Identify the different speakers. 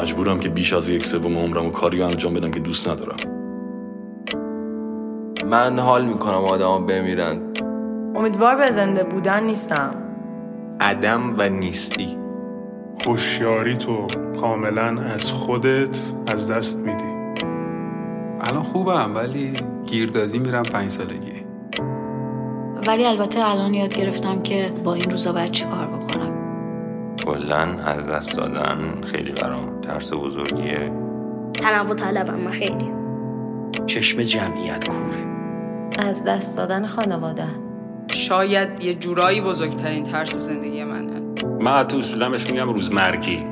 Speaker 1: مجبورم که بیش از یک سوم عمرم و کاری انجام بدم که دوست ندارم
Speaker 2: من حال میکنم آدما بمیرن
Speaker 3: امیدوار به زنده بودن نیستم
Speaker 4: عدم و نیستی
Speaker 5: هوشیاری تو کاملا از خودت از دست میدی
Speaker 6: الان خوبم ولی گیردادی میرم پنج سالگی
Speaker 7: ولی البته الان یاد گرفتم که با این روزا باید چی کار بکنم
Speaker 8: کلا از دست دادن خیلی برام ترس بزرگیه
Speaker 9: تنوع طلبم من خیلی
Speaker 10: چشم جمعیت کوره
Speaker 11: از دست دادن خانواده
Speaker 12: شاید یه جورایی بزرگترین ترس زندگی منه
Speaker 13: من حتی اصولمش میگم روزمرگی